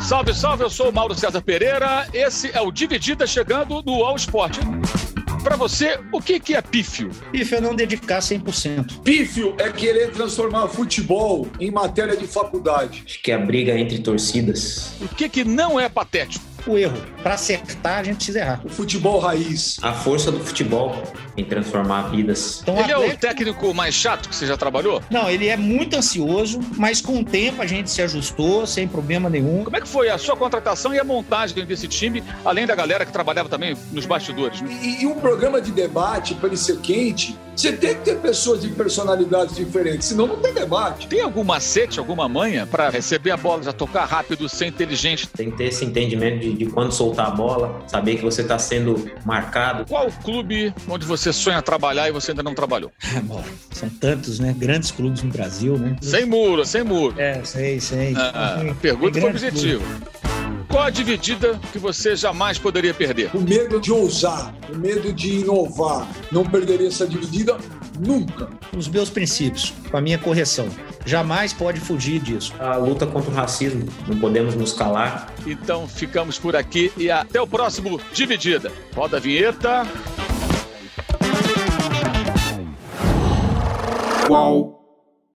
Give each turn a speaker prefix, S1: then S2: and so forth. S1: Salve, salve, eu sou o Mauro César Pereira. Esse é o Dividida chegando no All Sport. Para você, o que, que é pífio?
S2: Pífio é não dedicar 100%.
S3: Pífio é querer transformar futebol em matéria de faculdade.
S4: Acho que é a briga entre torcidas.
S1: O que, que não é patético?
S2: O erro. Para acertar, a gente precisa errar.
S3: O futebol raiz.
S4: A força do futebol em transformar vidas.
S2: Um
S1: Então, Ele é o técnico mais chato que você já trabalhou?
S2: Não, ele é muito ansioso, mas com o tempo a gente se ajustou sem problema nenhum.
S1: Como é que foi a sua contratação e a montagem desse time, além da galera que trabalhava também nos bastidores? né?
S3: E, e um programa de debate, para ele ser quente, você tem que ter pessoas de personalidades diferentes, senão não tem debate.
S1: Tem algum macete, alguma manha para receber a bola, já tocar rápido, ser inteligente?
S4: Tem que ter esse entendimento de, de quando soltar a bola, saber que você está sendo marcado.
S1: Qual clube onde você sonha trabalhar e você ainda não trabalhou?
S2: Ah, bom, são tantos, né? Grandes clubes no Brasil, né?
S1: Sem muro, sem muro.
S2: É, sei, sei.
S1: Ah,
S2: Tem-
S1: pergunta
S2: tem
S1: foi
S2: grandes
S1: objetiva. Qual a dividida que você jamais poderia perder?
S3: O medo de ousar, o medo de inovar. Não perderia essa dividida nunca.
S2: clubes. Os meus princípios, com a minha correção. Jamais pode fugir disso.
S4: A luta contra o racismo, não podemos nos calar.
S1: Então ficamos por aqui e até o próximo Dividida. Roda a vinheta.
S5: Qual?